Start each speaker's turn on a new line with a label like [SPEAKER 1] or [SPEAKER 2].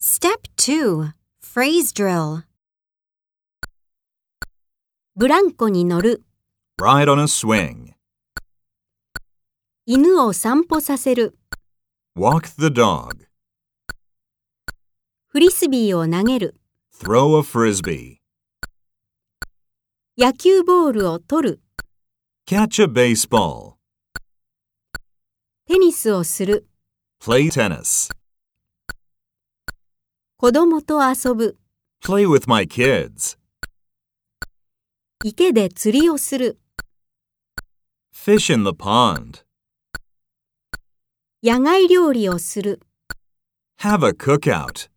[SPEAKER 1] Step 2 Phrase Drill ブランコに乗る、
[SPEAKER 2] Ride on a swing.
[SPEAKER 1] 犬を散歩させる、
[SPEAKER 2] Walk the dog.
[SPEAKER 1] フリスビーを投げる、
[SPEAKER 2] Throw a frisbee.
[SPEAKER 1] 野球ボールを取る、
[SPEAKER 2] Catch a baseball.
[SPEAKER 1] テニスをする、
[SPEAKER 2] Play tennis.
[SPEAKER 1] 子供と遊ぶ、
[SPEAKER 2] Play with my kids.
[SPEAKER 1] 池で釣りをする、
[SPEAKER 2] Fish in the pond.
[SPEAKER 1] 野外料理をする。
[SPEAKER 2] Have a cookout.